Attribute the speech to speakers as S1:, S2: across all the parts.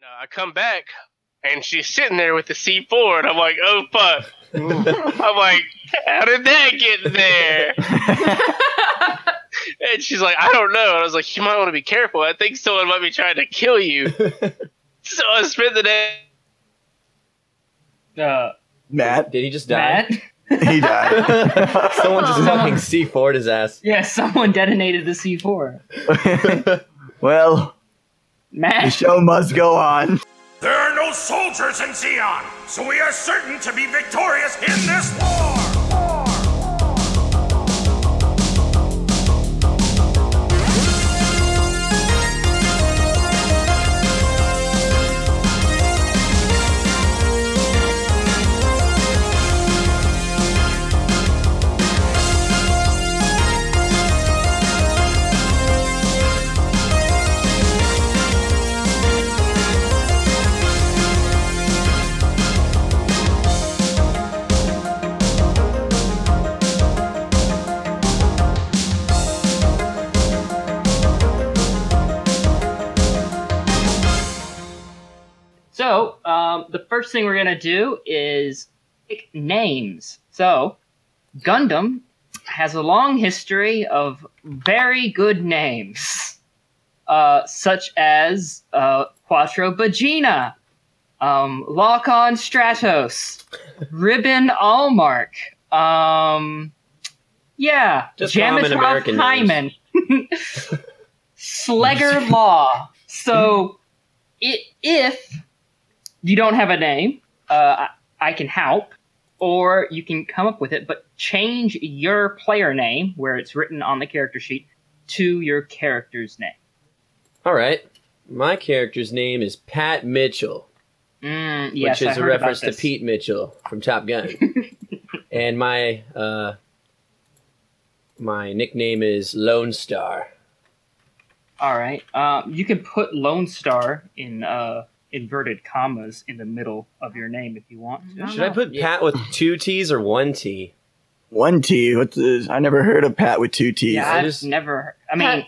S1: No, I come back and she's sitting there with the C4, and I'm like, oh fuck. I'm like, how did that get there? and she's like, I don't know. And I was like, you might want to be careful. I think someone might be trying to kill you. so I spent the day.
S2: Uh,
S3: Matt,
S4: Did he just die?
S2: Matt?
S3: he died.
S4: Someone just fucking C4'd his ass.
S2: Yeah, someone detonated the C4.
S3: well, the
S2: Matt?
S3: show must go on.
S5: There are no soldiers in Zeon, so we are certain to be victorious in this war!
S2: So, um, the first thing we're going to do is pick names. So, Gundam has a long history of very good names, uh, such as uh, Quattro Bagina, um, Lock-On Stratos, Ribbon Allmark, um, yeah,
S4: Just common
S2: Jamatroff
S4: American
S2: Hyman, Slegger Law. So, i if you don't have a name, uh, I, I can help, or you can come up with it, but change your player name where it's written on the character sheet to your character's name.
S4: Alright. My character's name is Pat Mitchell,
S2: Mm,
S4: which
S2: yes,
S4: is
S2: I
S4: a
S2: heard about
S4: reference to
S2: this.
S4: Pete Mitchell from Top Gun. and my uh my nickname is Lone Star.
S2: All right, um, you can put Lone Star in uh, inverted commas in the middle of your name if you want to.
S4: Should I put Pat with two T's or one T?
S3: One T. What's this? I never heard of Pat with two T's.
S2: Yeah,
S4: I
S2: I've
S4: just-
S2: never. I mean,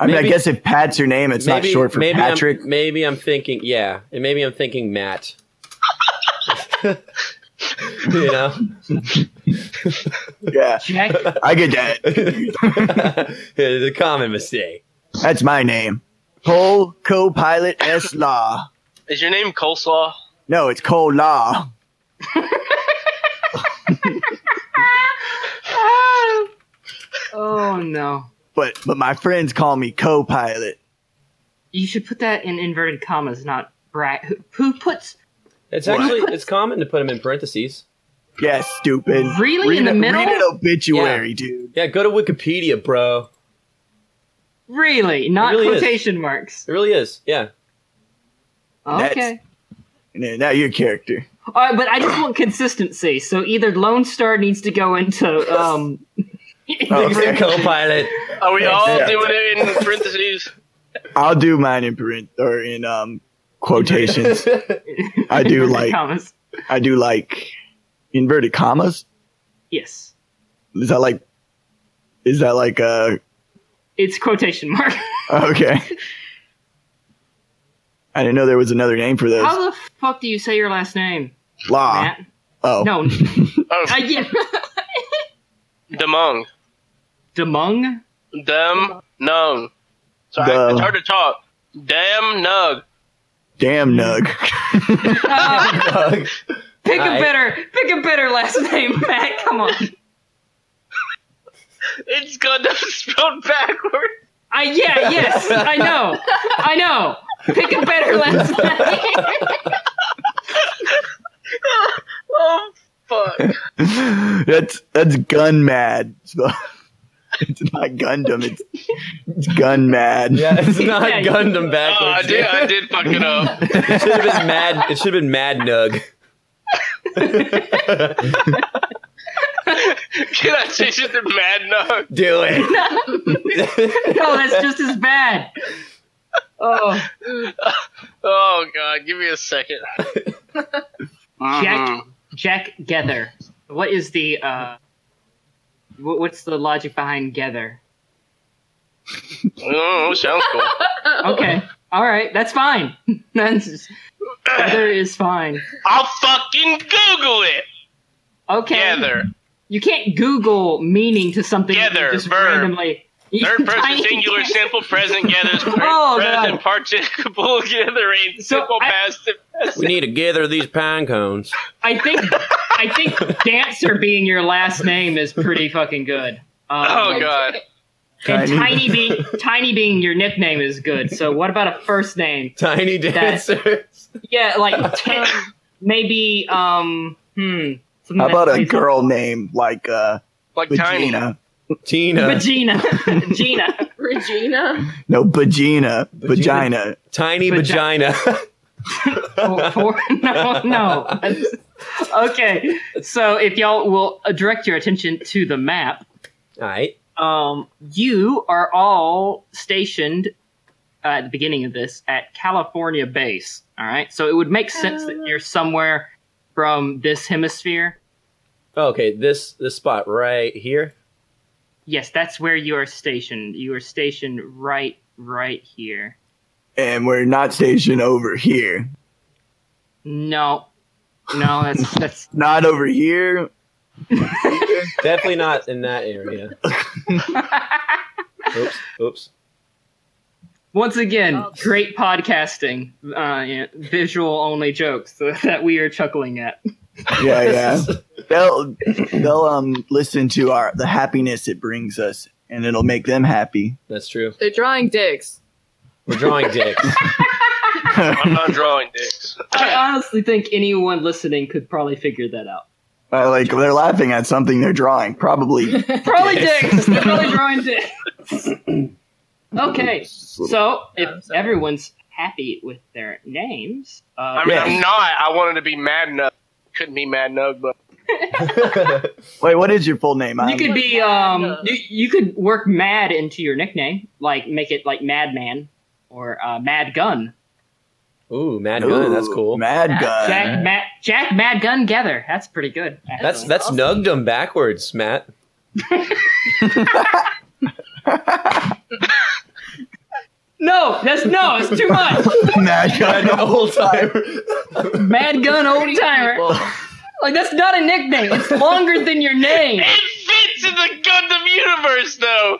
S3: I mean,
S4: Maybe-
S3: I guess if Pat's your name, it's not short for
S4: maybe
S3: Patrick.
S4: I'm, maybe I'm thinking, yeah, and maybe I'm thinking Matt. you know,
S3: yeah,
S2: Jack,
S3: I get that.
S4: it's a common mistake.
S3: That's my name. Cole co-pilot S Law.
S1: Is your name Coleslaw?
S3: No, it's Cole Law.
S2: oh no,
S3: But but my friends call me co-pilot.
S2: you should put that in inverted commas, not bra- who, who puts
S4: It's actually it's common to put them in parentheses.
S3: Yeah, stupid.
S2: Really?
S3: Read
S2: In the
S3: a-
S2: middle?
S3: Read an obituary, dude.
S4: Yeah, go to Wikipedia, bro.
S2: really not
S4: really is.
S2: quotation marks?
S4: It really is. Yeah,
S3: That's-
S2: Okay.
S3: Yeah, now your character.
S2: All right, but I just want consistency. So either Lone Star needs to go into um,
S3: Oh,
S4: Thanks to
S3: okay.
S4: co-pilot.
S1: Are we all
S3: Yeah.
S1: doing it in parentheses?
S3: I'll do mine in parent or in um quotations. I do like
S2: commas.
S3: I do like inverted commas.
S2: Yes,
S3: Is that like is that like uh
S2: it's quotation mark.
S3: okay. I didn't know there was another name for those.
S2: How the fuck do you say your last name,
S3: Law.
S2: Matt?
S3: Oh.
S2: No, Uh,
S1: Oh,
S2: I get
S1: Demong.
S2: Demung.
S1: Dem Nung. Sorry,
S3: Dem.
S1: it's hard to talk. Damn Nug.
S3: Damn Nug.
S2: Uh, pick
S4: All
S2: a
S4: right.
S2: better, pick a better last name, Matt. Come on.
S1: It's Gundam spelled backward.
S2: I yeah, yes, I know, I know. Pick a better last name.
S1: Oh fuck.
S3: that's that's gun mad. It's not it's not Gundam, it's, it's gun mad.
S4: Yeah, it's not
S2: Yeah, you-
S1: Oh,
S4: Gundam
S1: I
S4: backwards.
S1: did. I did fuck it up.
S4: It should have been mad. It should have been Mad Nug.
S1: Can I change it to Mad Nug?
S4: Do it.
S2: No, Oh, that's just as bad. Oh,
S1: Oh god, give me a second. Uh-huh. Mm-hmm.
S2: Jack Jack Gether. What is the uh wh- what's the logic behind Gether?
S1: Oh, sounds cool.
S2: Okay. All right, that's fine. that's Heather is fine.
S1: I'll fucking Google it.
S2: Okay.
S1: Gather.
S2: You can't Google meaning to something you
S1: Gather,
S2: just
S1: verb.
S2: randomly.
S1: Third person
S2: Tiny-
S1: singular simple present gathers
S2: Oh,
S1: present
S2: God.
S1: participle gather ain't
S2: So,
S1: simple
S2: I-
S1: past and present.
S4: We need to gather these pine cones.
S2: I think I think dancer being your last name is pretty fucking good. Um,
S1: Oh god.
S2: And
S3: Tiny.
S2: tiny being tiny being your nickname is good. So what about a first name?
S4: Tiny dancers.
S2: Yeah, like Tim, maybe um hmm. something
S3: How
S2: that
S3: about a
S2: plays-
S3: girl name like uh,
S1: Like tiny.
S3: Vagina?
S4: Tina.
S2: Regina, Gina,
S6: Regina.
S3: No, Vagina. Vagina.
S4: Tiny
S2: Vagi-
S4: vagina.
S2: For- for- no, no. Okay, so if y'all will uh, direct your attention to the map,
S4: All right.
S2: um, you are all stationed uh, at the beginning of this at California base. All right, so it would make sense that you're somewhere from this hemisphere.
S4: Okay, this this spot right here.
S2: Yes, that's where you are stationed. You are stationed right, right here.
S3: And we're not stationed over here.
S2: No, no, that's that's
S3: Not over here.
S4: Definitely not in that area. oops. Oops.
S2: once again
S6: Oops.
S2: great podcasting. Uh, yeah, visual only jokes that we are chuckling at.
S3: Yeah, yeah. they'll they'll um listen to our the happiness it brings us, and it'll make them happy.
S4: That's true.
S6: They're drawing dicks.
S4: We're drawing dicks.
S1: I'm not drawing dicks.
S2: I honestly think anyone listening could probably figure that out.
S3: I like they're laughing at something they're drawing. Probably
S2: Probably dicks. They're probably drawing dicks. okay, so if
S6: I'm sorry.
S2: everyone's happy with their names, uh,
S1: I mean
S3: Yeah.
S1: I'm not. I wanted to be mad nug. Couldn't be mad nug, but
S3: wait. What is your full name?
S2: you
S3: I'm-
S2: could be um, you, you could work mad into your nickname, like make it like Madman or uh, Mad Gun.
S4: Ooh, Mad Gun. That's
S3: Ooh,
S4: cool.
S3: Mad gun.
S2: Jack Mad Jack Mad Gun Gather. That's pretty good.
S4: that's
S2: actually.
S4: that's nugged them backwards, Matt.
S2: no, that's no, it's too much.
S3: Mad gun.
S4: whole time.
S2: Mad Gun old timer.
S6: Well,
S2: Like that's not a nickname. It's longer than your name.
S1: it fits in the Gundam universe though.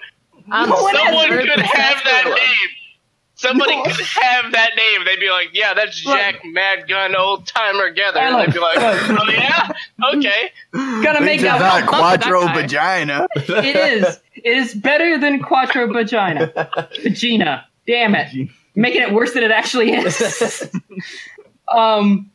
S6: I'm
S2: No one has
S1: Someone
S6: sorry,
S1: could
S6: but
S1: have
S6: that's
S1: that
S6: cool.
S1: name. Somebody could have that name. They'd be like, "Yeah, that's
S2: Look.
S1: Jack Mad Gun Old Timer Gather." And
S2: Look,
S1: They'd be like,
S2: look.
S1: "Oh yeah, okay."
S2: Gotta make
S3: Think
S2: that
S3: about
S6: one bump to that
S3: quattro
S6: guy.
S3: vagina.
S2: it is. It is better than Quattro Vagina. Vagina. Damn it. Making it worse than it actually is. um.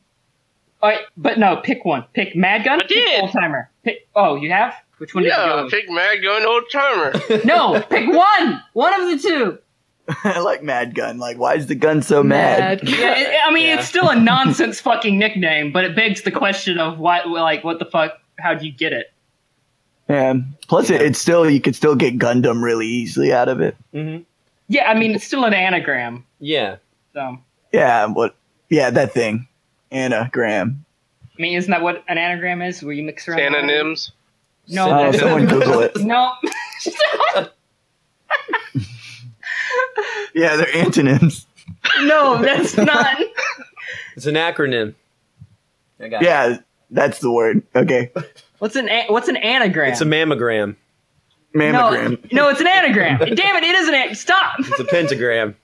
S2: All right, but no, pick one. Pick Mad Gun.
S1: I did.
S2: Old timer. Pick. Oh, you have. Which one did you
S1: Yeah,
S2: go?
S1: pick Mad Gun Old Timer.
S2: with? No, pick one. One of the two.
S3: I like Mad Gun. Like, why is the gun so mad?
S2: Yeah, it- I mean,
S4: Yeah.
S2: it's still a nonsense fucking nickname, but it begs the question of why. Like, what the fuck? How'd you get it?
S3: And plus, it, it's still you could still get Gundam really easily out of it.
S4: hmm
S2: Yeah, I mean, it's still an anagram.
S4: Yeah.
S2: So, I
S3: Yeah, what? Yeah, that thing, anagram.
S2: mean, isn't that what an anagram is? Where you mix around
S1: Synonyms.
S2: No,
S3: Oh,
S2: that's-
S3: someone Google it.
S2: No.
S3: Yeah, they're antonyms.
S2: no, that's not.
S4: It's an acronym. I got
S3: Yeah, that's the word. Okay,
S2: What's an a- what's an anagram?
S4: It's a mammogram.
S3: mammogram,
S2: No, no, it's an anagram. Damn it, it is an anagram. Stop.
S4: It's a pentagram.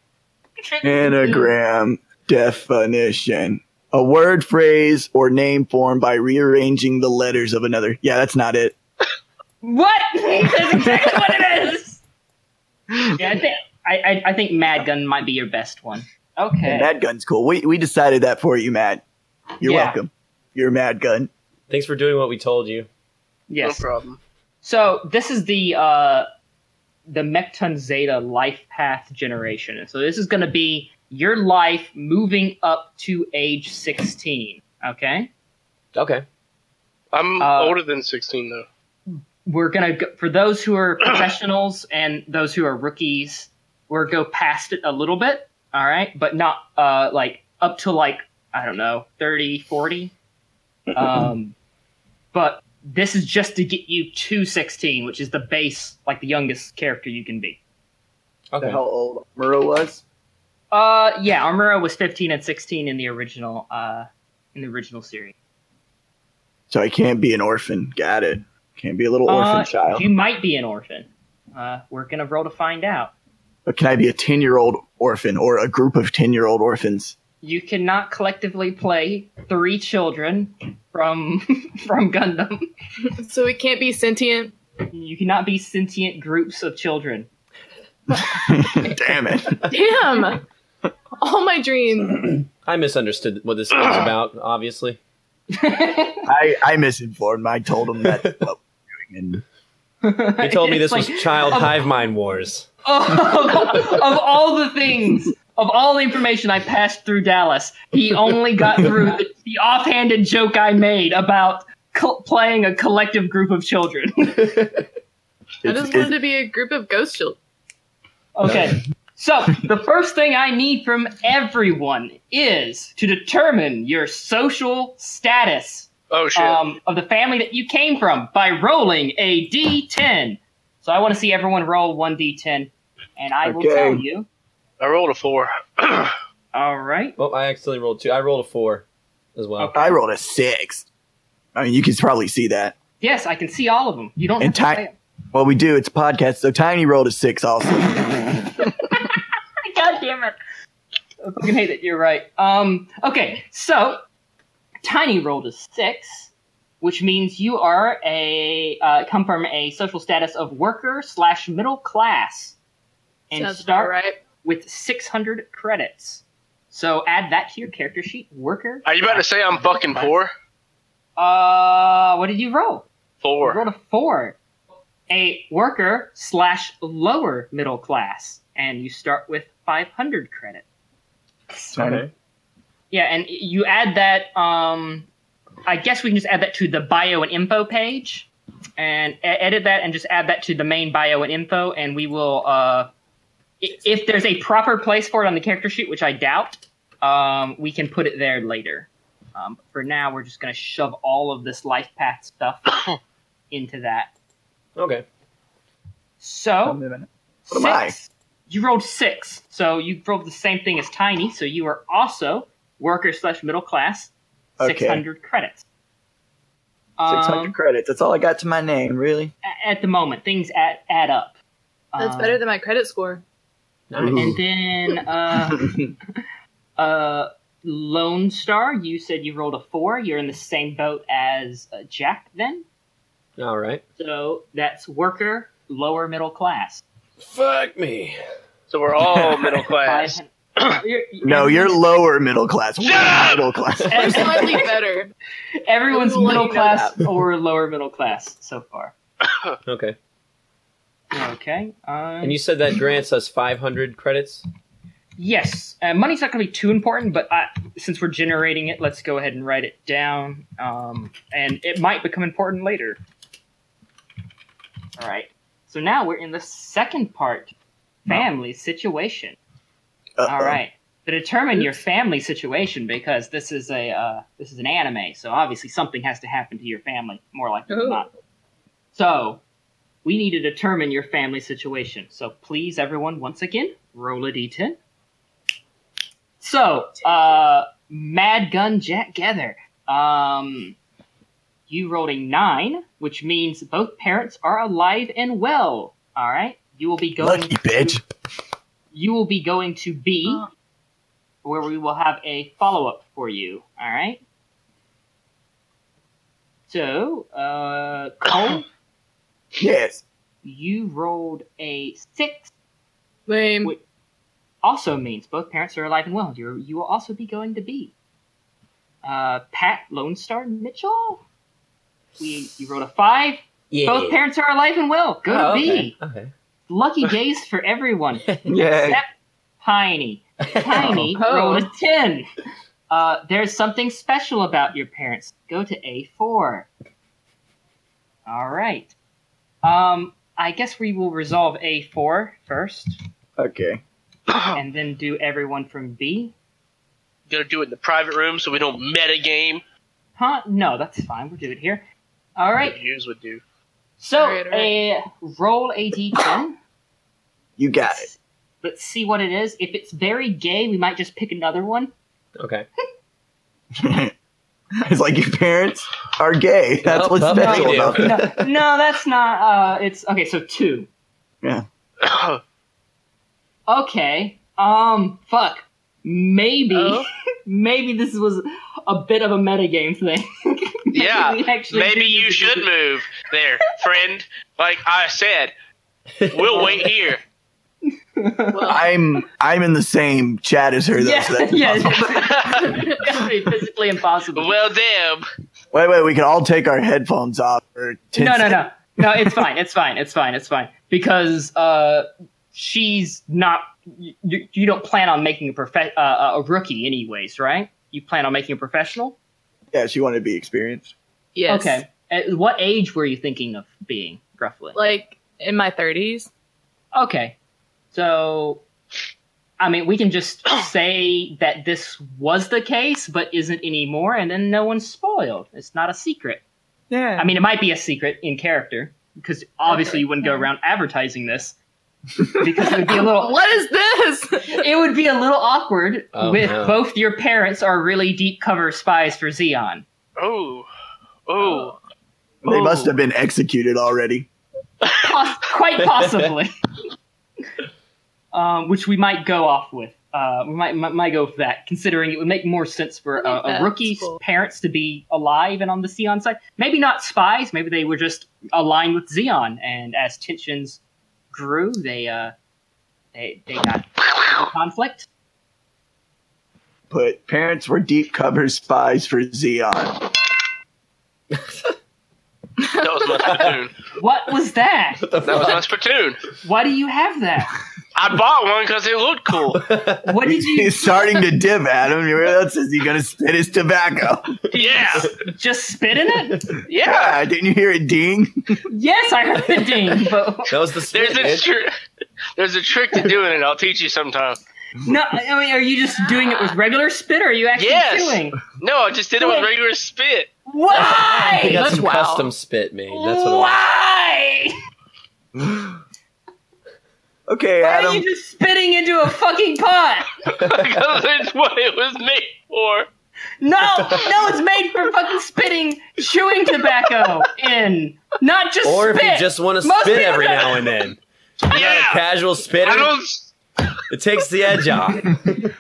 S3: anagram definition. A word, phrase, or name formed by rearranging the letters of another. Yeah, that's not it.
S2: What? That's exactly what it is. Yeah, I think I, I, I think Mad Gun might be your best one. Okay.
S3: Mad Gun's cool. We we decided that for you, Matt. You're
S2: Yeah.
S3: welcome. You're Mad Gun.
S4: Thanks for doing what we told you.
S2: yes.
S1: No problem.
S2: So this is the uh, the Mechton Zeta life path generation. And So this is going to be your life moving up to age sixteen. Okay.
S4: Okay.
S1: I'm
S2: Uh,
S1: older than 16 though.
S2: we're gonna go, for those who are professionals and those who are rookies we're go past it a little bit all right but not uh like up to like i don't know 30 40 um but this is just to get you to 16 which is the base like the youngest character you can be
S4: Okay.
S3: old Murrow was?
S2: Uh, yeah, Armura was 15 and 16 in the original, uh, in the original series.
S3: So I can't be an orphan. Got it. Can't be a little orphan
S2: Uh,
S3: child.
S2: You might be an orphan. Uh, we're gonna roll to find out.
S3: But can I be a 10 year old orphan or a group of 10 year old orphans?
S2: You cannot collectively play three children from from Gundam.
S6: So it can't be sentient.
S2: You cannot be sentient groups of children.
S3: Damn it.
S6: Damn! All my dreams.
S4: I misunderstood what this game's about. Obviously,
S3: I, I misinformed. I told him that what we were doing. And
S4: you told me
S2: It's
S4: this
S2: like,
S4: was child
S2: um,
S4: hive mind wars.
S2: of, of all the things, of all the information I passed through Dallas, he only got through the, the offhanded joke I made about co- playing a collective group of children.
S6: I
S3: it's-
S6: just wanted
S3: it's-
S6: to be a group of ghost children.
S2: Okay. So, the first thing I need from everyone is to determine your social status
S1: Oh shit.
S2: um, of the family that you came from by rolling a d10. So, I want to see everyone roll 1d10, and I will
S3: Okay.
S2: tell you.
S1: I rolled a four.
S2: All right.
S4: Well, I accidentally rolled two. I rolled a four as well.
S2: Okay.
S3: I rolled a six. I mean, you can probably see that.
S2: Yes, I can see all of them. You don't
S3: And
S2: have to
S3: ti-
S2: say 'em.
S3: Well, we do. It's a podcast. So Tiny rolled a six
S2: Oh.
S3: also.
S2: God damn it. I fucking hate that. You're right. Um, okay, so Tiny rolled a six, which means you are a uh, come from a social status of worker slash middle class, and
S6: Sounds about
S2: start
S6: right.
S2: with 600 credits. So add that to your character sheet. Worker.
S1: Are you about to say I'm fucking poor?
S2: Uh, what did you roll? You
S1: Four.
S2: rolled a four. A worker slash lower middle class, and you start with 500 credits.
S3: Okay.
S2: Yeah, and you add that. Um, I guess we can just add that to the bio and info page, and e- edit that, and just add that to the main bio and info, and we will. Uh, i- if there's a proper place for it on the character sheet, which I doubt, um, we can put it there later. Um, but for now, we're just going to shove all of this life path stuff into that.
S4: Okay.
S2: So,
S3: What am I?
S2: Six. You rolled six, so you rolled the same thing as Tiny, so you are also worker slash middle class,
S3: Okay.
S2: six hundred credits.
S3: Six hundred
S2: Um,
S3: credits. That's all I got to my name, really.
S2: a- at the moment, things add, add up.
S6: That's
S2: Um,
S6: better than my credit score.
S4: Nice.
S2: And then uh, uh, Lone Star, you said you rolled a four. You're in the same boat as uh, Jack, then.
S4: All right.
S2: So that's worker, lower middle class.
S4: Fuck me.
S1: So we're all middle class.
S2: Five hun- you're-
S3: No, you're lower middle class. We're
S1: up!
S3: middle class.
S6: I'm slightly better.
S2: Everyone's
S6: We'll let
S2: middle
S6: you know
S2: class or lower middle class so far.
S4: Okay.
S2: Okay. Um,
S4: And you said that grants us 500 credits.
S2: yes, uh, money's not going to be too important, but I, since we're generating it, let's go ahead and write it down. Um, and it might become important later. All right. So now we're in the second part family situation.
S3: Uh-oh.
S2: All right. To determine your family situation, because this is a uh, this is an anime, so obviously something has to happen to your family, more likely than
S6: Ooh.
S2: not. So, we need to determine your family situation. So, please, everyone, once again, roll a d10. So, uh, Mad Gun Jack Gather, um, you rolled a nine, which means both parents are alive and well. All right, you will be going
S3: Lucky bitch.
S2: you will be going to B,
S6: Uh.
S2: where we will have a follow up for you. All right. So, uh, Cole,
S3: Yes.
S2: you rolled a six.
S6: Lame.
S2: Wait. Also means both parents are alive and well. You you will also be going to B. Uh, Pat Lone Star Mitchell, we you rolled a five.
S4: Yeah.
S2: Both parents are alive and well.
S4: Oh,
S2: Go to B.
S4: okay. Okay.
S2: Lucky days for everyone.
S3: Yay.
S2: Except Piney. Piney
S6: Oh.
S2: rolled a 10. Uh, there's something special about your parents. Go to A4. All right. Um, I guess we will resolve A4 first
S3: Okay. Oh.
S2: and then do everyone from B.
S1: Gonna do it in the private room so we don't metagame.
S2: Huh? No, that's fine. We'll do it here. All right.
S1: Like Hughes would do.
S2: So,
S6: All right, all right.
S2: A, roll a d10.
S3: You got it.
S2: Let's see what it is. If it's very gay, we might just pick another one.
S4: Okay.
S3: it's like your parents are gay. That's
S4: Nope,
S3: what's
S4: nope,
S3: special
S4: we do.
S3: about them.
S2: No, no that's not. Uh, it's okay. So two.
S3: Yeah.
S1: Oh,
S2: Okay. Um. Fuck. Maybe.
S1: Oh.
S2: maybe this was a bit of a metagame thing. Maybe
S1: Yeah,
S2: we actually
S1: Maybe
S2: do need
S1: you
S2: to
S1: should
S2: do-
S1: move there, friend. Like I said, we'll wait here.
S3: I'm I'm in the same chat as her though.
S2: Yeah,
S3: so that's
S2: yeah.
S3: possible.
S2: it's gonna be physically impossible.
S1: Well, damn.
S3: Wait, wait. We can all take our headphones off. For 10
S2: no, no, no, no. It's fine. It's fine. It's fine. It's fine. Because uh, she's not. You, you don't plan on making a profe- uh, a rookie, anyways, right? You plan on making a professional.
S3: Yeah, she wanted to be experienced.
S6: Yes.
S2: Okay. At what age were you thinking of being roughly?
S6: Like in my 30s.
S2: Okay. So, I mean, we can just say that this was the case, but isn't anymore, and then no one's spoiled. It's not a secret.
S6: Yeah.
S2: I mean, it might be a secret in character, because obviously you wouldn't go around advertising this, because it would be a little.
S6: what is this?
S2: It would be a little awkward
S4: Oh,
S2: with
S4: no.
S2: both your parents are really deep cover spies for Xeon.
S1: Oh, oh.
S3: They must
S2: Ooh.
S3: have been executed already.
S2: Poss- quite possibly. um, which we might go off with. Uh, we might, might might go with that, considering it would make more sense for
S6: I think
S2: a, a
S6: that's
S2: rookie's
S6: cool.
S2: parents to be alive and on the Xeon side. Maybe not spies. Maybe they were just aligned with Xeon, and as tensions grew, they uh, they they got into conflict.
S3: But parents were deep cover spies for Xeon.
S1: That was my spittoon.
S2: What was that?
S4: What the
S1: That was
S4: fuck?
S1: my spittoon.
S2: Why do you have that?
S1: I bought one because it looked cool.
S2: What did you
S3: He's starting to dip, Adam. You realize else is he gonna spit his tobacco?
S1: Yeah,
S2: just spit in it?
S1: yeah.
S3: Yeah, Ah, didn't you hear it ding?
S2: Yes, I heard the ding, but
S4: That was the
S1: There's
S4: spit,
S1: a
S4: man.
S1: tr- there's a trick to doing it. I'll teach you sometime.
S2: No, I mean, are you just doing it with regular spit, or are you actually
S1: Yes.
S2: chewing?
S1: No, I just did it with regular spit.
S4: He
S2: Why?
S4: got some
S6: Wow.
S4: custom spit made. That's what. it was.
S2: Why?
S3: Okay,
S2: Why are
S3: Adam.
S2: you just spitting into a fucking pot?
S1: Because it's what it was made for.
S2: No, no, it's made for fucking spitting, chewing tobacco in, not just
S4: Or
S2: spit.
S4: if you just want to
S2: Most
S4: spit
S2: people
S4: every
S2: don't-
S4: now and then,
S1: Yeah.
S4: casual
S1: I
S4: spitter,
S1: don't.
S4: it takes the edge off.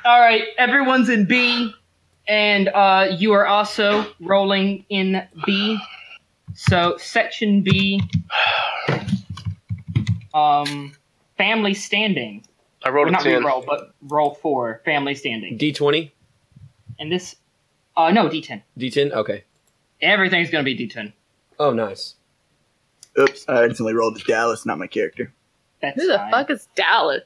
S2: All right, everyone's in B, and uh, you are also rolling in B. So section B, um, family standing.
S1: I rolled
S2: Or
S1: a
S2: not
S1: ten.
S2: re-roll, but roll four, family standing.
S4: D twenty,
S2: And this, uh, no, D10.
S4: D ten. Okay.
S2: Everything's gonna be D10.
S4: Oh, nice.
S3: Oops, I accidentally rolled to Dallas, not my character.
S2: That's
S6: Who the
S2: fine.
S6: fuck is Dallas?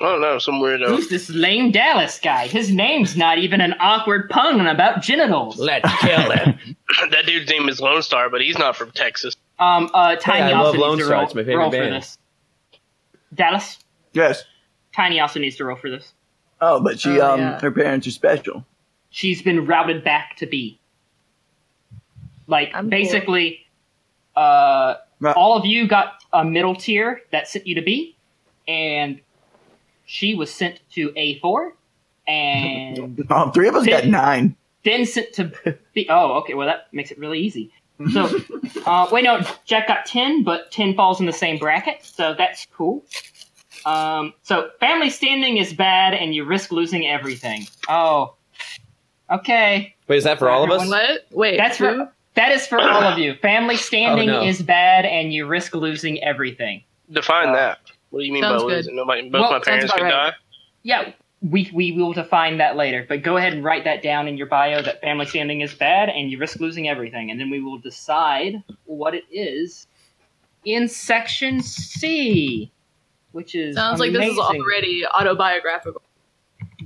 S1: I don't know. Some weirdo.
S2: Who's this lame Dallas guy? His name's not even an awkward pun about genitals.
S4: Let's kill him.
S1: that dude's name is Lone Star, but he's not from Texas.
S2: Um, uh, Tiny
S4: Hey, I
S2: also
S4: love
S2: needs
S4: Lone
S2: to
S4: Star.
S2: roll,
S4: It's my favorite
S2: roll for
S4: band.
S2: this. Dallas,
S3: Yes.
S2: Tiny also needs to roll for this.
S3: Oh, but she,
S6: Oh,
S3: um,
S6: yeah.
S3: her parents are special.
S2: She's been routed back to B. Like
S6: I'm
S2: basically, uh,
S3: Right.
S2: all of you got a middle tier that sent you to B, and she was sent to A four, and
S3: All Oh, three of us got nine.
S2: then sent to B. Oh, okay. Well, that makes it really easy. So, uh, wait, no, Jack got 10, but 10 falls in the same bracket, so that's cool. Um, so, family standing is bad, and you risk losing everything. Oh, okay.
S4: Wait, is that for all of us?
S6: What? Wait.
S2: That's
S6: who?
S2: for, that is for all of you. Family standing
S4: Oh, no.
S2: is bad, and you risk losing everything.
S1: Define
S2: Uh,
S1: that. What do you mean by
S6: sounds good.
S1: losing? Nobody, both
S2: Well,
S1: my
S2: sounds
S1: parents
S6: about
S1: could
S6: right.
S1: die.
S2: Yeah, we, we will define that later, but go ahead and write that down in your bio that family standing is bad and you risk losing everything, and then we will decide what it is in section C, which is
S6: Sounds like this is
S2: amazing.
S6: already autobiographical.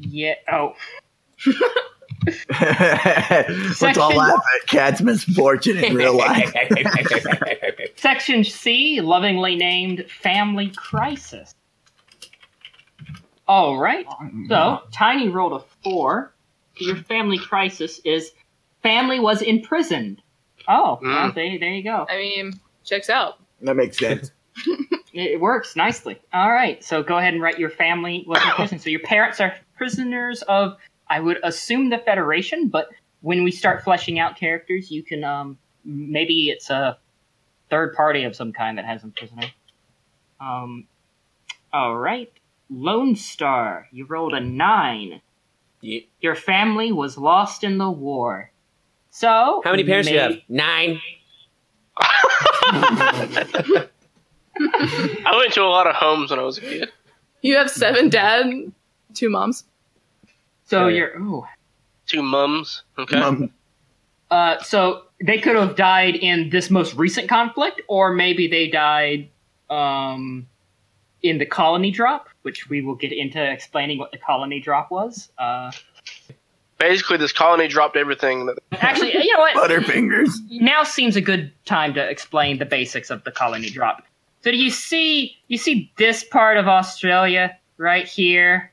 S2: yeah. Oh,
S3: Let's all
S2: Section-
S3: laugh at Cat's misfortune in real life.
S2: section C, lovingly named family crisis. All right. So Tiny rolled a four. Your family crisis is family was imprisoned. Oh, well, there, there you go.
S6: I mean, checks out.
S3: That makes sense.
S2: It it works nicely. All right, so go ahead and write your family was in prison. So your parents are prisoners of, I would assume, the Federation. But when we start fleshing out characters, you can um, maybe it's a third party of some kind that has them prisoner. Um, all right, Lone Star, you rolled a nine.
S4: Yeah.
S2: Your family was lost in the war. So
S4: How many parents do you
S2: may-
S4: have? Nine.
S1: I went to a lot of homes when I was a kid.
S6: You have seven dad, two moms.
S2: So
S4: Oh, yeah.
S2: you're ooh,
S1: Two mums. Okay.
S3: Um,
S2: Uh, so they could have died in this most recent conflict, or maybe they died um, in the colony drop, which we will get into explaining what the colony drop was. Uh,
S1: Basically, this colony dropped everything. That,
S2: actually, you know what?
S3: Butterfingers.
S2: Now seems a good time to explain the basics of the colony drop. So do you see you see this part of Australia right here?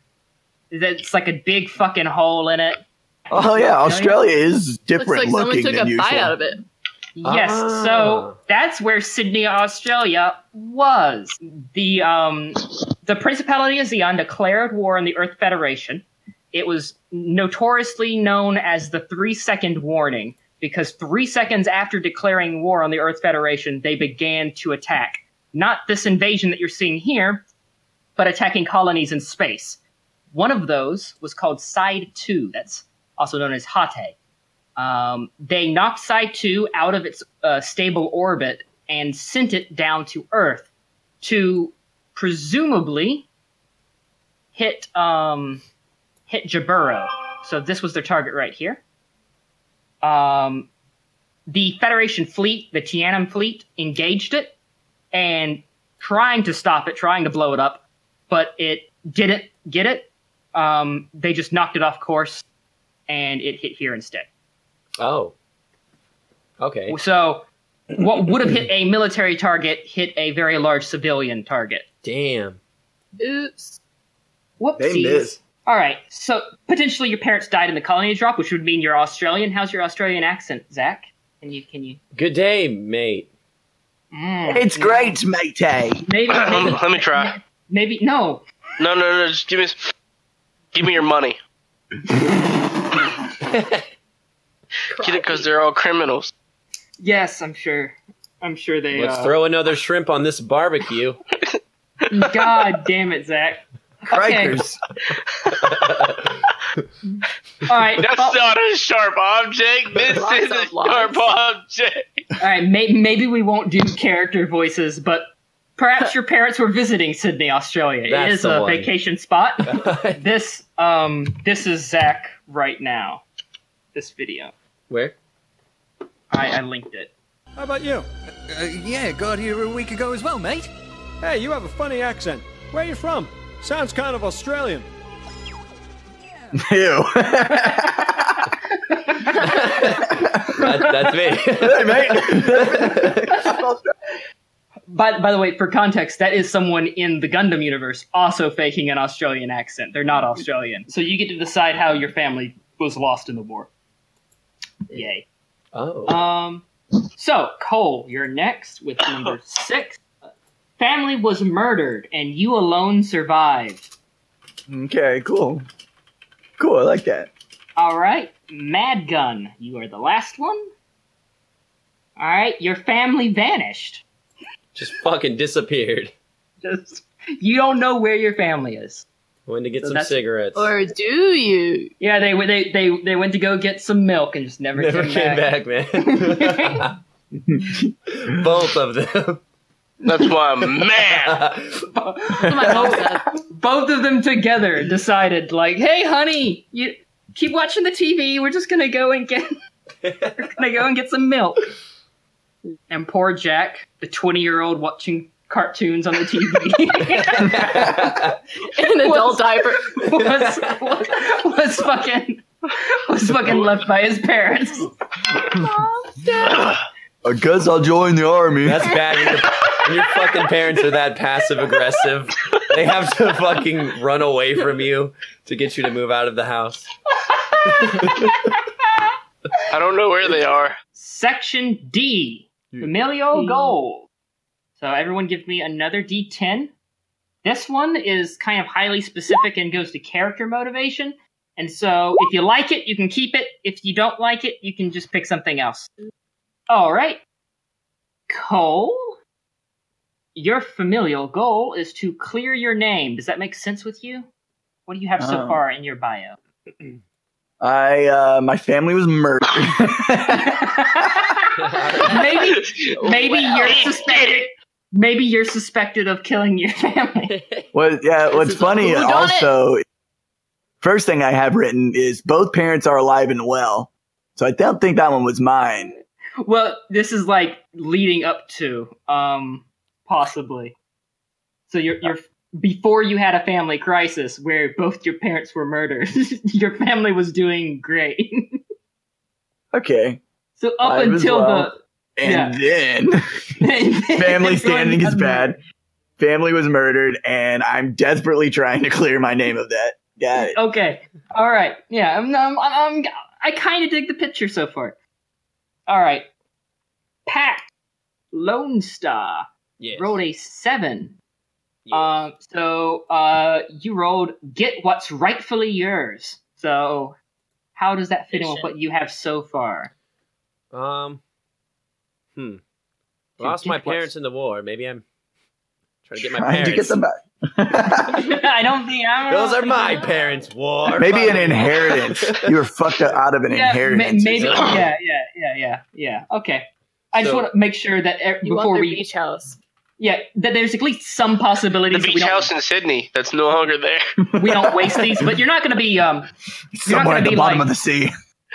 S2: That's like a big fucking hole in it.
S3: Oh yeah, Australia is
S6: Looks
S3: different
S6: like someone
S3: looking
S6: took a
S3: than usual.
S6: bite out of it.
S2: Yes,
S4: Ah.
S2: so that's where Sydney, Australia was. The um the principality is on declared war on the Earth Federation. It was notoriously known as the 3 second warning because 3 seconds after declaring war on the Earth Federation, they began to attack. Not this invasion that you're seeing here, but attacking colonies in space. One of those was called Side 2. That's also known as Hate. Um, they knocked Psi 2 out of its uh, stable orbit and sent it down to Earth to presumably hit um, hit Jaburo. So this was their target right here. Um, the Federation fleet, the Tiananmen fleet, engaged it and trying to stop it, trying to blow it up, but it didn't get it. Um, they just knocked it off course and it hit here instead.
S4: Oh. Okay.
S2: So, what would have hit a military target hit a very large civilian target.
S4: Damn.
S6: Oops.
S2: Whoopsies.
S3: They missed.
S2: All right. So, potentially your parents died in the colony drop, which would mean you're Australian. How's your Australian accent, Zach? Can you, can you?
S4: Good day, mate.
S2: Mm.
S3: It's great, matey.
S2: Maybe,
S1: let, me,
S2: maybe,
S1: let me try.
S2: maybe, no.
S1: No, no, no. Just give me, s- give me your money. Get it because they're all criminals.
S2: Yes, I'm sure. I'm sure they,
S4: Let's
S2: uh,
S4: throw another shrimp on this barbecue.
S2: God damn it, Zach.
S3: Crikers.
S2: All right. uh,
S1: That's
S2: well-
S1: not a sharp object. This
S6: Lots
S1: is a
S6: of lies.
S1: sharp object.
S2: All right, may- maybe we won't do character voices, but perhaps your parents were visiting Sydney, Australia. it
S4: That's
S2: is
S4: the
S2: a
S4: one.
S2: vacation spot. this um this is Zach right now. This video.
S4: Where?
S2: I, I linked it.
S7: How about you?
S8: Uh, yeah, got here a week ago as well, mate.
S7: Hey, you have a funny accent. Where are you from? Sounds kind of Australian.
S3: Ew.
S4: That, that's me.
S3: hey, mate.
S2: By, by the way, for context, that is someone in the Gundam universe also faking an Australian accent. They're not Australian. So you get to decide how your family was lost in the war. Yay.
S4: oh.
S2: Um, so Cole, you're next with number six. Family was murdered and you alone survived.
S3: okay, cool. Cool, I like that.
S2: All right, Mad Gun, you are the last one. All right, your family vanished.
S4: Just fucking disappeared.
S2: Just you don't know where your family is.
S4: Went to get
S2: So
S4: some
S2: that's-
S4: cigarettes.
S6: Or do you?
S2: Yeah, they they they they went to go get some milk and just never,
S4: Never came back, man. Both of them.
S1: That's why I'm mad.
S6: Oh my God.
S2: Both of them together decided, like, "Hey, honey, you keep watching the TV. We're just gonna go and get." gonna go and get some milk. And poor Jack, the 20 year old watching cartoons on the TV,
S6: An adult diaper.
S2: was, was, was fucking was fucking left by his parents.
S3: I guess I'll join the army.
S4: That's bad. When your, when your fucking parents are that passive aggressive, they have to fucking run away from you to get you to move out of the house.
S1: I don't know where they are.
S2: Section D, familial goals. So everyone give me another D10. This one is kind of highly specific and goes to character motivation. And so if you like it, you can keep it. If you don't like it, you can just pick something else. All right. Cole, your familial goal is to clear your name. Does that make sense with you? What do you have so
S3: Oh.
S2: far in your bio?
S3: I uh, my family was murdered.
S2: maybe maybe you're
S1: Wow.
S2: suspected. Maybe you're suspected of killing your family.
S3: What, yeah, what's
S6: is a
S3: funny
S6: whodunit.
S3: also, first thing I have written is both parents are alive and well. So I don't think that one was mine.
S2: Well, this is like leading up to, um, possibly. So you're you're before you had a family crisis where both your parents were murdered. your family was doing great.
S3: Okay.
S2: so up
S3: Alive as
S2: until
S3: well. And then
S2: the
S3: family
S2: everyone-
S3: standing is bad. Family was murdered, and I'm desperately trying to clear my name of that. Got
S4: Oh,
S3: it.
S2: Okay. All right. Yeah. I'm. I'm. I'm I kind of dig the picture so far. All right. Pat Lone Star
S4: Yes.
S2: rolled a seven.
S4: Yes.
S2: Um. So, uh, you rolled get what's rightfully yours. So, how does that fit in with what you have so far?
S4: Um. Hmm.
S2: Dude,
S4: Lost my
S2: get what's-
S4: parents in the war. Maybe I'm trying to get my
S3: Trying
S4: parents.
S3: to get them back.
S2: I don't think. I don't
S4: Those
S2: know.
S4: are my parents. War.
S3: Maybe an inheritance. You were fucked up out of an
S2: Yeah, ma-
S3: inheritance. or
S2: maybe.
S3: something.
S2: yeah. Yeah. Yeah. Yeah. Yeah. Okay. I just
S4: So-
S2: want to make sure that er,
S6: You
S2: before
S6: want their
S2: we
S6: beach house.
S2: Yeah, that there's at least some possibilities
S1: The
S2: that
S1: beach
S2: we
S1: house
S2: don't,
S1: in Sydney that's no longer there.
S2: we don't waste these. But you're not going to be um, You're not
S3: Somewhere at
S2: gonna
S3: the
S2: be
S3: bottom
S2: like-
S3: of the sea.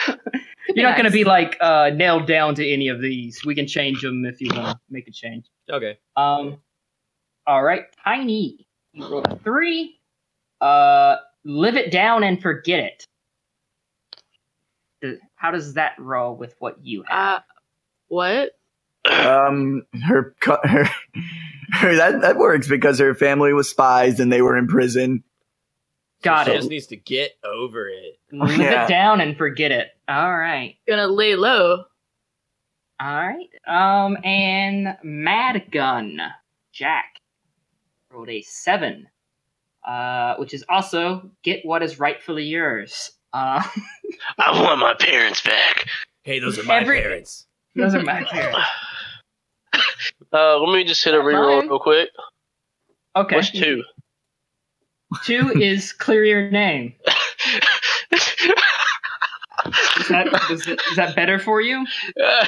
S2: you're not going to
S6: nice.
S2: be like uh, nailed down to any of these. We can change them if you want to make a change.
S4: Okay.
S2: Um, all right, tiny. You rolled a three. Uh, live it down and forget it. Th- How does that roll with what you have?
S6: Uh, what?
S3: Um, her, co- her, her that that works because her family was spies and they were in prison.
S2: Got
S4: she
S2: it.
S4: Just needs to get over it.
S2: Live
S3: Yeah.
S2: it down and forget it. All right.
S6: Gonna lay low.
S2: All right. Um, and Mad Gun Jack rolled a seven, uh, which is also get what is rightfully yours. Uh,
S1: I want my parents back.
S4: Hey, those are my
S2: Every-
S4: parents.
S2: those are my parents.
S1: Uh, let me just hit a reroll real quick.
S2: Okay.
S1: What's two?
S2: Two is clear your name. Is that is, it- is that better for you?
S1: Uh,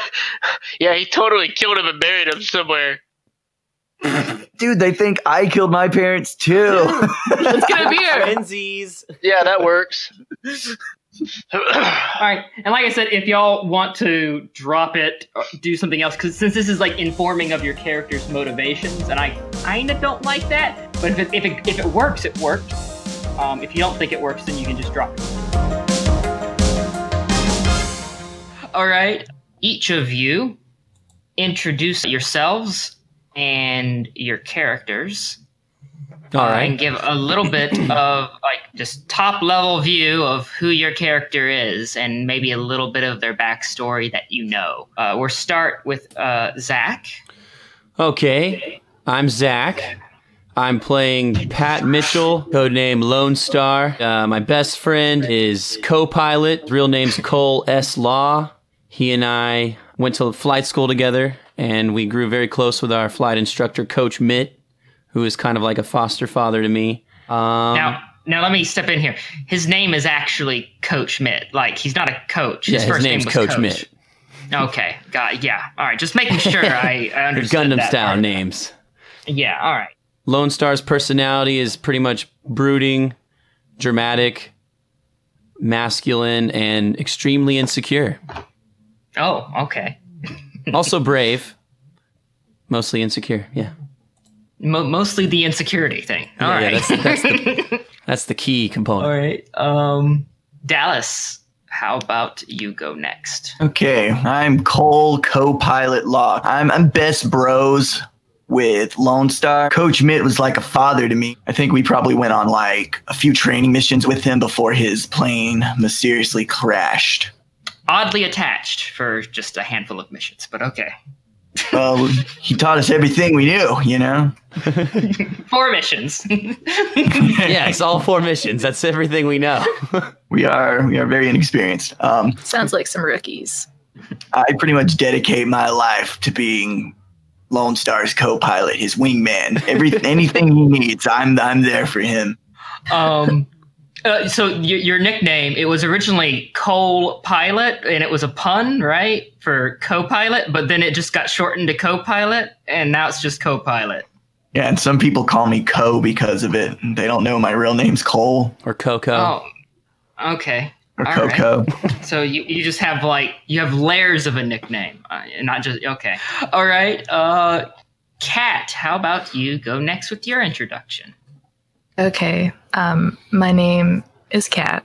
S1: yeah, he totally killed him and buried him somewhere.
S3: Dude, they think I killed my parents too.
S6: Let's get a beer.
S4: Frenzies.
S1: Yeah, that works.
S2: All right. And like I said, if y'all want to drop it, or do something else, because since this is like informing of your character's motivations, and I kind of don't like that, but if it, if it, if it works, it worked. Um, if you don't think it works, then you can just drop it. All right. Each of you introduce yourselves and your characters
S4: All
S2: and give a little bit of like just top level view of who your character is and maybe a little bit of their backstory that you know. Uh, we'll start with uh, Zach.
S4: Okay. I'm Zach. I'm playing Pat Mitchell, codename Lone Star. Uh, my best friend is co pilot. Real name's Cole S. Law. He and I went to flight school together, and we grew very close with our flight instructor, Coach Mitt, who is kind of like a foster father to me. Um,
S2: Now, now let me step in here. His name is actually Coach Mitt. Like he's not a coach.
S4: yeah,
S2: His
S4: his
S2: first
S4: name's
S2: name was
S4: Coach, Mitt.
S2: Okay, got yeah. All right, just making sure I, I
S4: They're
S2: understand.
S4: Gundam style names.
S2: Yeah. All right.
S4: Lone Star's personality is pretty much brooding, dramatic, masculine, and extremely insecure.
S2: Oh, okay.
S4: Also brave, mostly insecure. Yeah.
S2: Mo- mostly the insecurity thing. All
S4: Yeah,
S2: right.
S4: yeah, that's- that's That's the key component.
S2: All right. Um, Dallas, how about you go next?
S3: Okay, I'm Cole, co-pilot Locke. I'm I'm best bros with Lone Star. Coach Mitt was like a father to me. I think we probably went on like a few training missions with him before his plane mysteriously crashed.
S2: Oddly attached for just a handful of missions, but okay.
S3: Well, he taught us everything we knew, you know?
S2: Four missions.
S4: Yes, all four missions. That's everything we know.
S3: We are we are very inexperienced. Um,
S6: Sounds like some rookies.
S3: I pretty much dedicate my life to being Lone Star's co-pilot, his wingman. Every anything he needs, I'm I'm there for him.
S2: um, uh, so y- your nickname it was originally Cole Pilot, and it was a pun, right, for co-pilot. But then it just got shortened to co-pilot, and now it's just co-pilot.
S3: Yeah, and some people call me Co because of it. They don't know my real name's Cole
S4: Or Coco.
S2: Oh, okay.
S3: or
S2: All right.
S3: Coco.
S2: So you, you just have like you have layers of a nickname, uh, and not just okay. All right, uh, Cat. How about you go next with your introduction?
S6: Okay. Um, my name is Kat.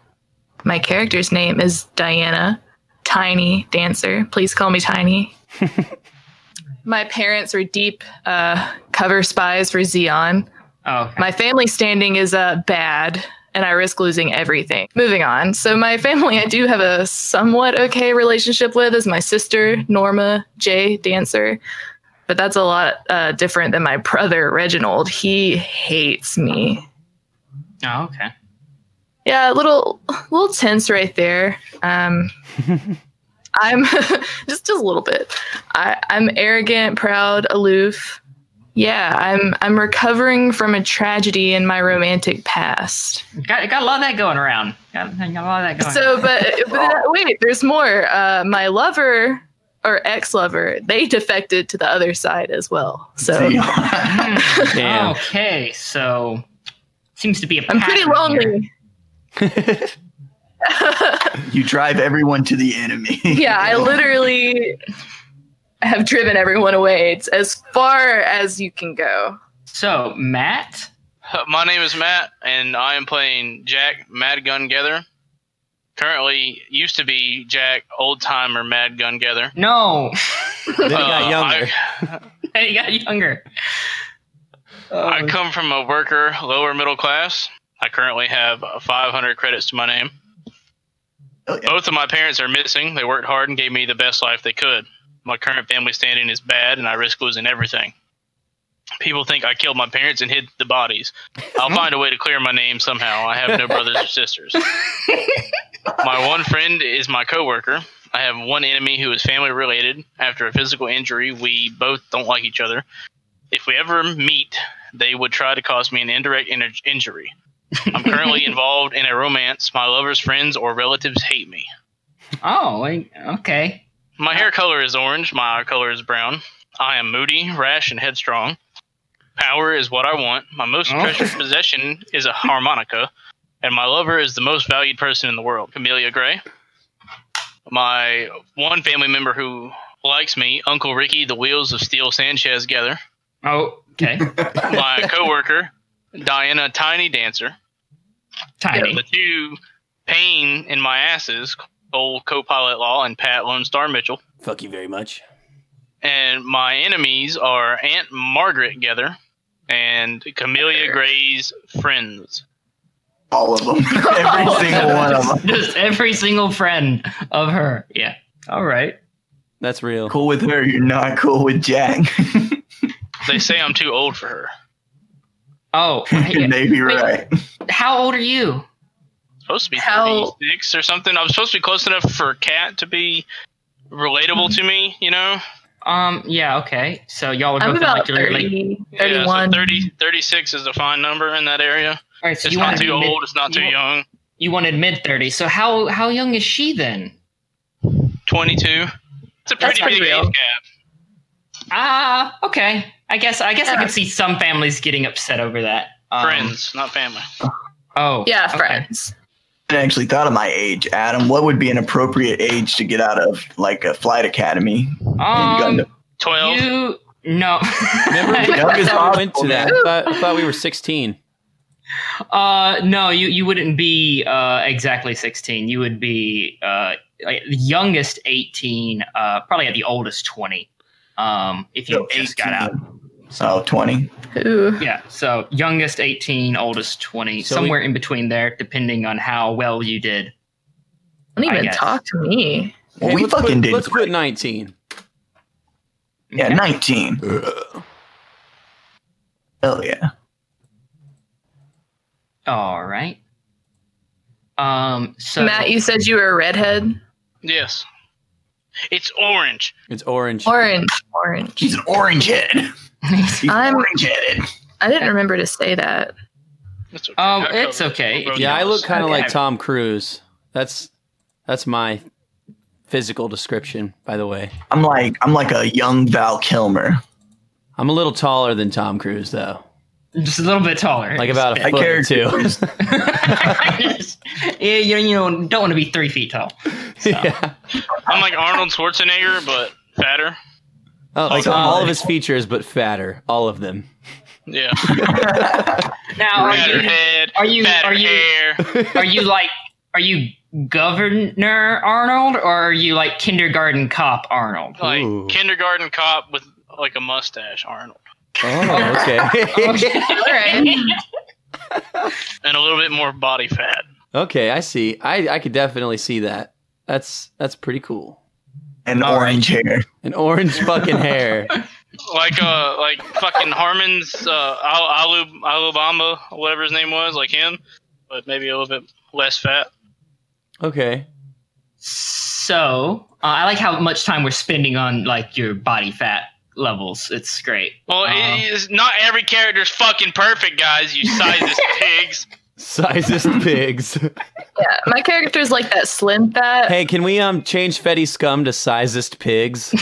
S6: My character's name is Diana, Tiny Dancer. Please call me Tiny. my parents were deep uh, cover spies for Xeon.
S2: Oh, okay.
S6: My family standing is uh, bad, and I risk losing everything. Moving on. So, my family I do have a somewhat okay relationship with is my sister, Norma J. Dancer. But that's a lot uh, different than my brother, Reginald. He hates me.
S2: oh, okay.
S6: Yeah, a little little tense right there. Um, I'm just just a little bit. I, I'm arrogant, proud, aloof. Yeah, I'm I'm recovering from a tragedy in my romantic past.
S2: Got got a lot of that going around. Got, got a lot of that going. around.
S6: So, but, but wait, there's more. Uh, my lover or ex-lover, they defected to the other side as well. So
S3: See? oh.
S4: Damn.
S2: Okay, so seems to be a.
S6: I'm pretty
S2: pattern here.
S6: lonely.
S3: you drive everyone to the enemy.
S6: yeah, I literally have driven everyone away. It's as far as you can go.
S2: So Matt,
S9: My name is Matt, and I am playing Jack Mad Gun Gather. Currently, used to be Jack Old Timer Mad Gun Gather.
S2: no,
S4: Then he
S3: Uh,
S4: got younger.
S2: he got younger.
S9: I, I come from a worker, lower middle class. I currently have uh, 500 credits to my name.
S3: Oh, yeah.
S9: Both of my parents are missing. They worked hard and gave me the best life they could. My current family standing is bad, and I risk losing everything. People think I killed my parents and hid the bodies. I'll find a way to clear my name somehow. I have no brothers or sisters. my one friend is my coworker. I have one enemy who is family related. After a physical injury, we both don't like each other. If we ever meet, they would try to cause me an indirect in- injury. I'm currently involved in a romance. My lover's friends or relatives hate me.
S2: Oh, wait, okay.
S9: My hair color is orange. My eye color is brown. I am moody, rash, and headstrong. Power is what I want. My most
S2: Oh.
S9: treasured possession is a harmonica, and my lover is the most valued person in the world, Camellia Gray. My one family member who likes me, Uncle Ricky, the wheels of steel Sanchez gather.
S2: Oh, okay.
S9: My coworker, Diana Tiny Dancer.
S2: Tiny.
S9: The two pain in my asses, Cole Co-Pilot Law and Pat Lone Star Mitchell.
S4: Fuck you very much.
S9: and my enemies are Aunt Margaret Gether and Camellia Gray's friends.
S3: All of them. Every single one of them.
S2: Just every single friend of her. Yeah. All right.
S4: That's real.
S3: Cool with her, you're not cool with Jack.
S9: They say I'm too old for her.
S2: Oh,
S3: you may be
S2: Wait.
S3: right.
S2: how old are you?
S9: Supposed to be
S6: How-
S9: 36 or something. I was supposed to be close enough for Cat to be relatable to me, you know?
S2: Um. Yeah. Okay. So y'all are
S6: I'm
S2: both in
S6: about
S2: like your late.
S6: 30,
S9: Yeah,
S6: 31.
S9: so 30, 36 is a fine number in that area.
S2: All right. So
S9: It's
S2: you
S9: not
S2: wanted
S9: too
S2: mid-
S9: old, it's not too
S2: you-
S9: young.
S2: You wanted mid thirty. So how how young is she then?
S9: 22. It's a
S6: That's
S9: pretty big
S6: pretty
S9: age
S6: real.
S9: gap.
S6: Uh,
S2: Ah. okay. I guess I guess I could see some families getting upset over that. Um,
S9: Friends, not family.
S2: Oh.
S6: Yeah,
S2: okay.
S6: friends.
S3: I actually thought of my age, Adam. What would be an appropriate age to get out of like a flight academy?
S2: Um.
S3: Gundam.
S9: 12.
S2: You no.
S4: Remember, we-
S3: Young
S4: I
S3: is
S4: thought we went
S3: possible,
S4: to that. I thought, I thought we were 16.
S2: uh, no, you you wouldn't be uh, exactly sixteen. You would be uh, like, the youngest eighteen, uh, probably at the oldest twenty. Um, if you
S3: So
S2: just got out.
S3: 18. Oh, 20.
S6: Ooh.
S2: Yeah, so youngest eighteen, oldest twenty,
S4: So we-
S2: somewhere in between there, depending on how well you did.
S6: Don't
S2: I
S6: even
S2: guess.
S6: talk to me.
S3: Well,
S4: Hey,
S3: we
S4: let's
S3: fucking
S4: put,
S3: did.
S4: Let's put 19.
S3: Yeah, 19. Hell yeah.
S2: All right. Um. So
S6: Matt, you said you were a redhead.
S9: Yes. It's orange.
S4: It's orange.
S6: Orange. Orange.
S3: She's an orange head. She's
S6: I'm-
S3: orange headed.
S6: I didn't remember to say that.
S9: That's okay.
S2: Oh,
S9: I covered
S2: it's
S9: it.
S2: okay.
S9: We'll go
S4: yeah, I
S9: yellows.
S4: look kind of
S2: Okay.
S4: like Tom Cruise. That's that's my physical description, by the way.
S3: I'm like I'm like a young Val Kilmer.
S4: I'm a little taller than Tom Cruise, though.
S2: just a little bit taller.
S4: Like about a
S3: I
S4: foot or
S3: carried
S4: two.
S2: yeah, you, you know, don't want to be three feet tall.
S4: yeah.
S9: I'm like Arnold Schwarzenegger, but fatter.
S4: Oh, like
S3: Solid.
S4: all of his features, but fatter. All of them.
S9: Yeah.
S2: Now, are
S9: Fatter
S2: you,
S9: head.
S2: are you-
S9: fatter
S2: are you-
S9: hair.
S2: are you like, are you Governor Arnold, or are you like kindergarten cop Arnold?
S9: Like
S4: Ooh.
S9: kindergarten cop with like a mustache, Arnold.
S4: Oh, okay.
S6: All right.
S9: And a little bit more body fat.
S4: okay, I see. I, I could definitely see that. That's that's pretty cool.
S3: And orange hair.
S4: An orange fucking hair.
S9: Like uh like fucking Harmon's uh Al Alu Alubama, whatever his name was, like him, but maybe a little bit less fat.
S4: Okay.
S2: So uh, I like how much time we're spending on like your body fat levels. It's great.
S9: Well,
S2: Uh-huh.
S9: it is not every character's fucking perfect, guys. You sizes pigs.
S4: Sizes pigs.
S6: Yeah, my character's like that slim fat.
S4: hey, can we um change Fetty Scum to sizest pigs?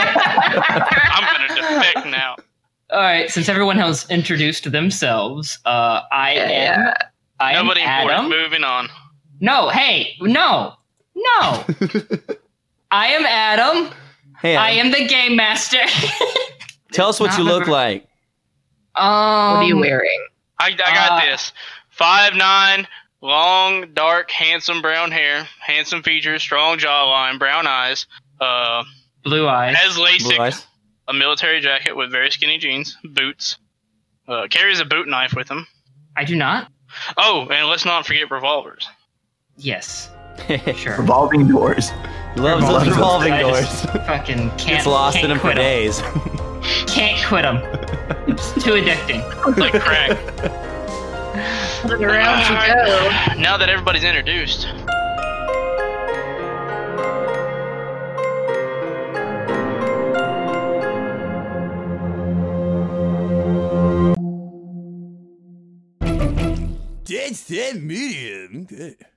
S9: I'm gonna defect now.
S2: All right, since everyone has introduced themselves, uh, I am
S6: Yeah.
S2: I am
S9: Nobody important.
S2: Adam.
S9: Moving on.
S2: No, hey, no, no. I am Adam.
S4: Hey, um,
S2: I am the game master.
S4: tell us what you look like.
S2: um,
S6: What are you wearing?
S9: I, I got
S2: Uh,
S9: this. Five nine, long, dark, handsome brown hair, handsome features, strong jawline, brown eyes. Uh,
S2: Blue eyes.
S9: has
S4: Blue
S9: LASIK,
S4: eyes.
S9: a military jacket with very skinny jeans, boots. Uh, carries a boot knife with him.
S2: I do not.
S9: Oh, and let's not forget revolvers.
S2: Yes. Sure.
S3: Revolving doors.
S4: Loves those
S3: Loves those
S4: revolving
S2: I
S4: doors.
S2: just Fucking can't.
S4: Gets lost
S2: can't
S4: in them for
S2: quit 'em.
S4: days.
S2: Can't quit them. It's too addicting.
S9: It's like crack.
S6: Look around you
S2: Uh,
S6: go.
S9: now that everybody's introduced,
S8: Dead set medium. Good.